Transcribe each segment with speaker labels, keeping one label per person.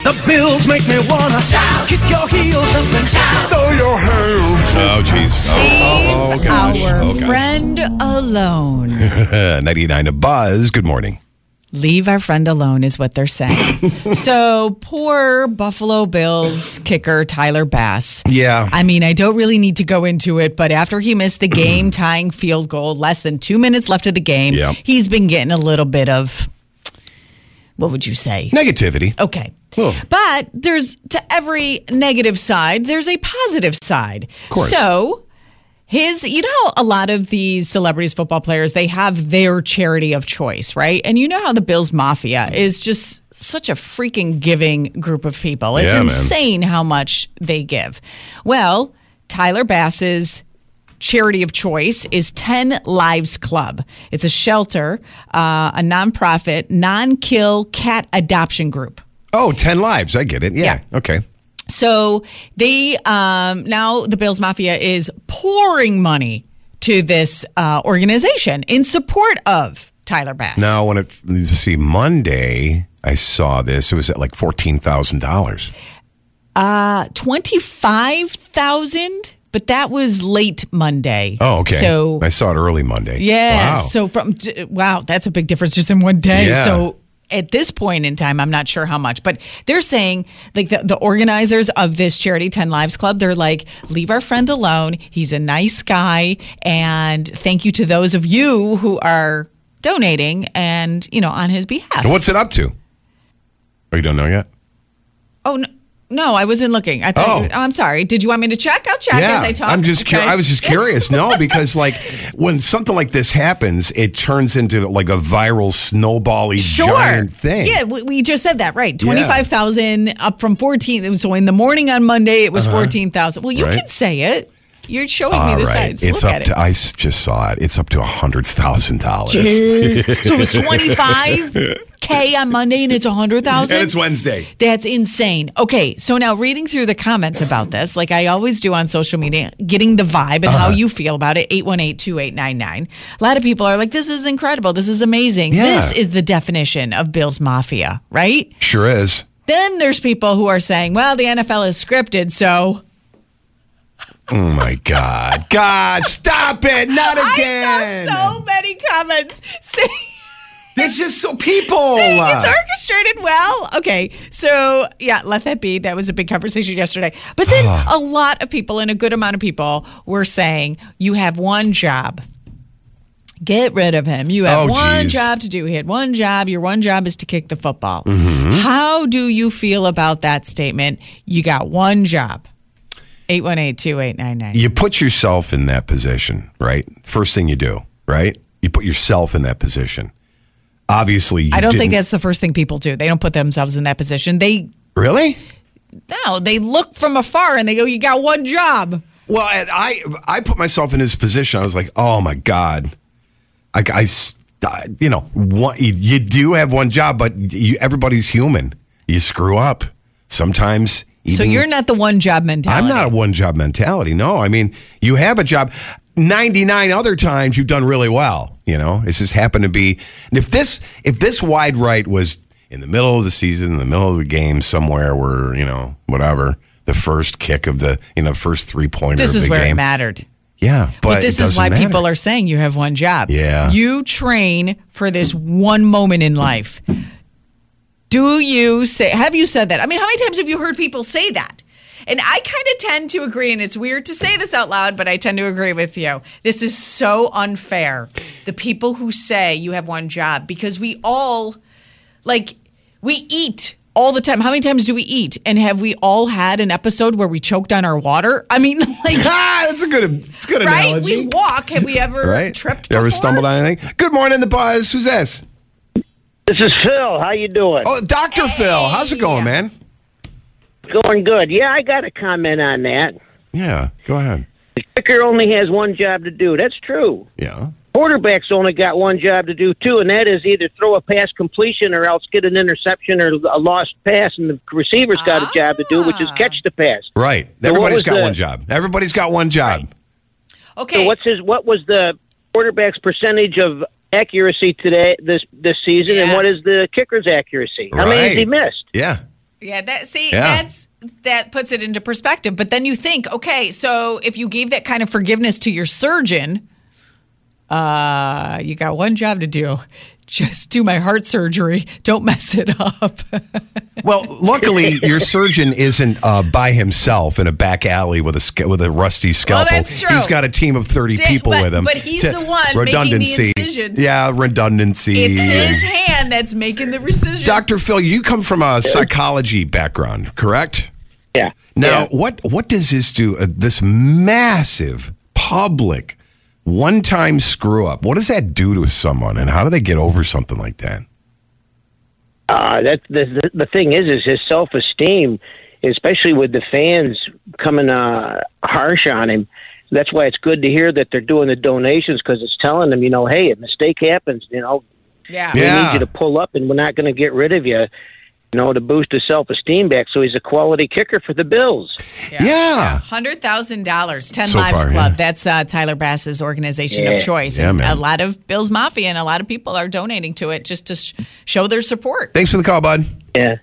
Speaker 1: The bills make me wanna shout. Kick your heels up and shout. Throw your hair.
Speaker 2: Oh, jeez. Oh, oh, oh, gosh.
Speaker 3: Our
Speaker 2: Oh, gosh.
Speaker 3: friend alone.
Speaker 2: 99 to Buzz. Good morning.
Speaker 3: Leave our friend alone is what they're saying. so poor Buffalo Bills kicker Tyler Bass.
Speaker 2: Yeah.
Speaker 3: I mean, I don't really need to go into it, but after he missed the game tying field goal, less than two minutes left of the game,
Speaker 2: Yeah.
Speaker 3: he's been getting a little bit of what would you say?
Speaker 2: Negativity.
Speaker 3: Okay.
Speaker 2: Oh.
Speaker 3: But there's to every negative side, there's a positive side. Of
Speaker 2: course.
Speaker 3: So his, you know, how a lot of these celebrities, football players, they have their charity of choice, right? And you know how the Bills Mafia is just such a freaking giving group of people. It's
Speaker 2: Yeah, man.
Speaker 3: insane how much they give. Well, Tyler Bass's charity of choice is 10 Lives Club. It's a shelter, uh, a nonprofit, non kill cat adoption group.
Speaker 2: Oh, 10 lives. I get it. Yeah. Okay.
Speaker 3: So they um, now the Bills Mafia is pouring money to this uh, organization in support of Tyler Bass.
Speaker 2: Now, when it, let's see, Monday, I saw this. It was at like $14,000.
Speaker 3: twenty five Uh, thousand, but that was late Monday.
Speaker 2: Oh, okay.
Speaker 3: So
Speaker 2: I saw it early Monday.
Speaker 3: yeah,
Speaker 2: Wow.
Speaker 3: so from d- wow, that's a big difference just in one day.
Speaker 2: Yeah.
Speaker 3: So. At this point in time, I'm not sure how much, but they're saying, like, the, the organizers of this charity, 10 Lives Club, they're like, leave our friend alone. He's a nice guy. And thank you to those of you who are donating and, you know, on his behalf.
Speaker 2: And what's it up to? Oh, you don't know yet?
Speaker 3: Oh, no. No, I wasn't looking. I thought.
Speaker 2: Oh.
Speaker 3: You, I'm sorry. Did you want me to check? I'll check as I talk.
Speaker 2: I'm just cur-
Speaker 3: Okay.
Speaker 2: I was just curious. No, because like when something like this happens, it turns into like a viral snowball-y giant thing.
Speaker 3: Yeah, we, we just said that, right? 25,000 up from 14. It was- So in the morning on Monday, it was 14,000. Well, you
Speaker 2: Uh-huh. Right.
Speaker 3: can say it. You're showing
Speaker 2: All
Speaker 3: me the
Speaker 2: right.
Speaker 3: sides.
Speaker 2: It's
Speaker 3: Look
Speaker 2: up
Speaker 3: at
Speaker 2: to
Speaker 3: it.
Speaker 2: I s- just saw it. It's up to a hundred thousand dollars. And
Speaker 3: Jeez. so it was 25K on Monday and it's 100,000?
Speaker 2: it's Wednesday.
Speaker 3: That's insane. Okay, so now reading through the comments about this, like I always do on social media, getting the vibe and
Speaker 2: Uh-huh.
Speaker 3: how you feel about it, 818-2899. A lot of people are like, this is incredible. This is amazing.
Speaker 2: Yeah.
Speaker 3: This is the definition of Bill's Mafia, right?
Speaker 2: Sure is.
Speaker 3: Then there's people who are saying, well, the NFL is scripted, so
Speaker 2: Oh my God. God, stop it. Not
Speaker 3: I
Speaker 2: again.
Speaker 3: saw so many comments saying
Speaker 2: this is so people.
Speaker 3: saying it's orchestrated well. Okay, so yeah, let that be. That was a big conversation yesterday. But then
Speaker 2: Ah.
Speaker 3: a lot of people and a good amount of people were saying you have one job. Get rid of him. You have
Speaker 2: Oh,
Speaker 3: one
Speaker 2: geez.
Speaker 3: job to do. He had one job. Your one job is to kick the football.
Speaker 2: Mm-hmm.
Speaker 3: How do you feel about that statement? You got one job. 818 2899.
Speaker 2: you put yourself in that position, right? First thing you do, right? You put yourself in that position. Obviously, you
Speaker 3: I don't think
Speaker 2: didn't-
Speaker 3: that's the first thing people do. They don't put themselves in that position. They
Speaker 2: really.
Speaker 3: no, they look from afar and they go, "You got one job."
Speaker 2: Well, and I I put myself in his position. I was like, oh my god, I, I s- I- you know, one, you, you do have one job, but you, everybody's human. You screw up sometimes.
Speaker 3: So
Speaker 2: even-
Speaker 3: you're not the one job
Speaker 2: I'm
Speaker 3: mentality.
Speaker 2: not a one job mentality. No, I mean you have a job. Ninety nine other times you've done really well. You know, it's just happened to be. And if this if this wide right was in the middle of the season, in the middle of the game, somewhere where you know whatever the first kick of the you know first three pointer.
Speaker 3: This
Speaker 2: of
Speaker 3: is
Speaker 2: the
Speaker 3: where
Speaker 2: game,
Speaker 3: it mattered.
Speaker 2: Yeah, but,
Speaker 3: But, this
Speaker 2: it
Speaker 3: is why
Speaker 2: doesn't matter.
Speaker 3: people are saying you have one job.
Speaker 2: Yeah.
Speaker 3: You train for this one moment in life. Do you say, have you said that? I mean, how many times have you heard people say that? And I kind of tend to agree, and it's weird to say this out loud, but I tend to agree with you. This is so unfair. The people who say you have one job, because we all, like, we eat all the time. How many times do we eat? And have we all had an episode where we choked on our water? I mean, like,
Speaker 2: Ah, that's a good. That's a good
Speaker 3: right?
Speaker 2: analogy.
Speaker 3: We walk. Have we ever
Speaker 2: right?
Speaker 3: tripped?
Speaker 2: You ever
Speaker 3: before?
Speaker 2: stumbled on anything? Good morning, the buzz. Who's this?
Speaker 4: This is Phil. How you doing?
Speaker 2: Oh, Dr. Phil, how's it going, man?
Speaker 4: Going good. Yeah, I got a comment on that.
Speaker 2: Yeah, go ahead.
Speaker 4: The kicker only has one job to do. That's true.
Speaker 2: Yeah.
Speaker 4: Quarterback's only got one job to do too, and that is either throw a pass completion or else get an interception or a lost pass. And the receiver's got a job to do, which is catch the pass.
Speaker 2: Ah. Right.
Speaker 4: what
Speaker 2: Everybody's
Speaker 4: was
Speaker 2: got
Speaker 4: the-
Speaker 2: one job. Everybody's got one job.
Speaker 3: Okay.
Speaker 4: So what's his? What was the quarterback's percentage of accuracy today this this season, and
Speaker 3: Yeah.
Speaker 4: what is the kicker's accuracy? How many has he
Speaker 2: Right.
Speaker 4: missed?
Speaker 2: Yeah.
Speaker 3: Yeah, that see,
Speaker 2: Yeah.
Speaker 3: that's that puts it into perspective. But then you think, okay, so if you gave that kind of forgiveness to your surgeon, uh, you got one job to do. Just do my heart surgery. Don't mess it up.
Speaker 2: Well, luckily, your surgeon isn't uh, by himself in a back alley with a sca- with a rusty scalpel.
Speaker 3: that's true.
Speaker 2: He's got a team of thirty
Speaker 3: Dang,
Speaker 2: people
Speaker 3: but-
Speaker 2: with him.
Speaker 3: but he's
Speaker 2: to-
Speaker 3: the one making the incision.
Speaker 2: Yeah, redundancy.
Speaker 3: It's
Speaker 2: and-
Speaker 3: his hand that's making the rescission.
Speaker 2: Dr. Phil, you come from a psychology background, correct?
Speaker 4: Yeah.
Speaker 2: Now,
Speaker 4: Yeah.
Speaker 2: what what does this do? Uh, this massive public one time screw up. What does that do to someone, and how do they get over something like that?
Speaker 4: Uh, that the, the the thing is, is his self esteem, especially with the fans coming uh, harsh on him. That's why it's good to hear that they're doing the donations because it's telling them, you know, hey, if mistake happens, you know,
Speaker 3: yeah.
Speaker 4: we
Speaker 2: Yeah.
Speaker 4: need you to pull up, and we're not going to get rid of you. You know, to boost his self esteem back, so he's a quality kicker for the Bills.
Speaker 2: Yeah.
Speaker 3: Hundred thousand dollars, Ten
Speaker 2: So
Speaker 3: Lives
Speaker 2: far,
Speaker 3: Club.
Speaker 2: yeah.
Speaker 3: That's uh, Tyler Bass's organization
Speaker 4: Yeah.
Speaker 3: of choice.
Speaker 2: Yeah,
Speaker 3: and
Speaker 2: man.
Speaker 3: a lot of Bill's Mafia and a lot of people are donating to it just to sh- show their support.
Speaker 2: Thanks for the call, bud.
Speaker 4: Yeah,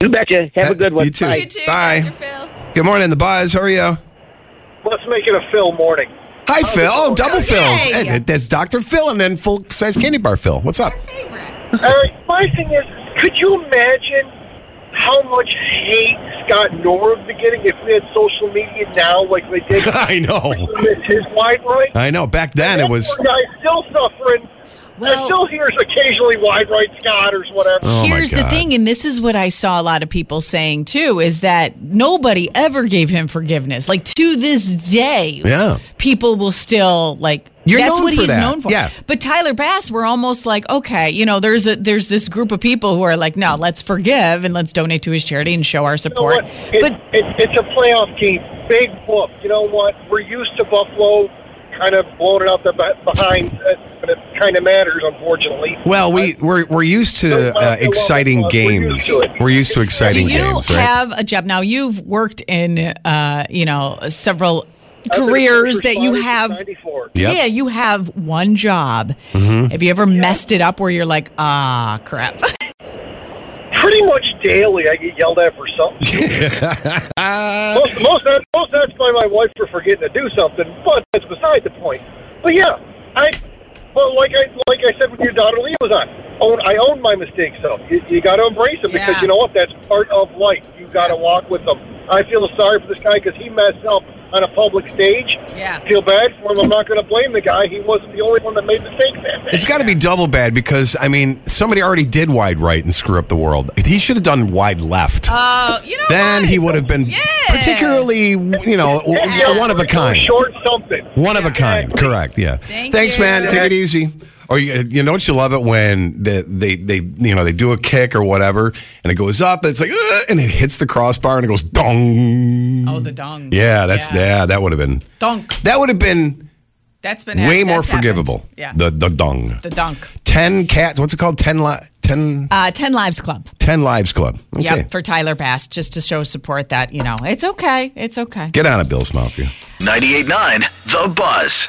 Speaker 4: you betcha. Have a good one.
Speaker 2: You too.
Speaker 4: Bye.
Speaker 3: You too,
Speaker 2: Bye.
Speaker 3: Dr. Phil.
Speaker 2: Good morning, the buzz. How are you?
Speaker 5: Let's make it a Phil morning.
Speaker 2: Hi, Phil. Oh, double
Speaker 3: Yay.
Speaker 2: Phil's. Hey, th- That's Dr. Phil and then full size candy bar Phil. What's up?
Speaker 5: All right, my thing is, could you imagine how much hate Scott Norwood's been getting if we had social media now, like they did
Speaker 2: I know.
Speaker 5: with his wide right?
Speaker 2: I know. Back then it was.
Speaker 5: That poor guy's still suffering.
Speaker 3: Well-
Speaker 5: I still hears occasionally wide right Scott or whatever.
Speaker 2: Oh, my
Speaker 3: Here's the
Speaker 2: God.
Speaker 3: thing, and this is what I saw a lot of people saying too, is that nobody ever gave him forgiveness. Like to this day,
Speaker 2: Yeah.
Speaker 3: people will still like.
Speaker 2: You're
Speaker 3: that's
Speaker 2: known
Speaker 3: what
Speaker 2: for
Speaker 3: he's
Speaker 2: that.
Speaker 3: known for.
Speaker 2: Yeah.
Speaker 3: But Tyler Bass, we're almost like, okay, you know, there's a there's this group of people who are like, no, let's forgive and let's donate to his charity and show our
Speaker 5: You know
Speaker 3: support.
Speaker 5: what? It,
Speaker 3: but
Speaker 5: it, it's a playoff game. Big whoop. You know what? We're used to Buffalo kind of blowing it out the be- behind, uh, but it kind of matters, unfortunately.
Speaker 2: Well, we, we're, we're used to uh, exciting games. We're used to
Speaker 3: do
Speaker 2: exciting
Speaker 3: you
Speaker 2: games, right?
Speaker 3: have a job now? You've worked in, uh, you know, several careers that you have.
Speaker 5: 94.
Speaker 2: Yep. Mm-hmm.
Speaker 3: Yeah, you have one job. Have you ever messed it up where you're like, ah, crap?
Speaker 5: Pretty much daily, I get yelled at for something. most most of- most of that's by my wife for forgetting to do something, but that's beside the point. But yeah, I well like I like I said when your daughter Lee was on, own I own my mistakes. So you, you got to embrace them
Speaker 3: Yeah.
Speaker 5: because you know what? That's part of life. You got to walk with them. I feel sorry for this guy because he messed up on a public stage.
Speaker 3: Yeah.
Speaker 5: Feel bad for him. I'm not going to blame the guy. He wasn't the only one that made mistakes that day.
Speaker 2: It's got to be double bad because, I mean, somebody already did wide right and screw up the world. He should have done wide left.
Speaker 3: Oh, you know.
Speaker 2: then he would have been
Speaker 3: Yeah.
Speaker 2: particularly, you know,
Speaker 5: Yeah,
Speaker 2: one of a
Speaker 5: or
Speaker 2: kind.
Speaker 5: Short something.
Speaker 2: One of a kind, correct? Yeah.
Speaker 3: Thank
Speaker 2: Thanks,
Speaker 3: you.
Speaker 2: man. Take it easy. Or Oh, you, you know what you love it when the, they they you know they do a kick or whatever and it goes up and it's like "Ugh," and it hits the crossbar and it goes dong.
Speaker 3: Oh, the dong.
Speaker 2: Yeah, that's yeah. that would have been
Speaker 3: Dunk.
Speaker 2: that would have been
Speaker 3: That's been
Speaker 2: way
Speaker 3: that's
Speaker 2: more
Speaker 3: happened.
Speaker 2: forgivable.
Speaker 3: Yeah.
Speaker 2: The the dong.
Speaker 3: The dunk.
Speaker 2: ten cats. What's it called? Ten li- ten,
Speaker 3: Uh, Ten Lives Club.
Speaker 2: 10 lives club. Okay.
Speaker 3: Yep, for Tyler Bass, just to show support that you know it's okay, it's okay.
Speaker 2: Get on it, Bill's Mafia.
Speaker 6: 98.9 The Buzz.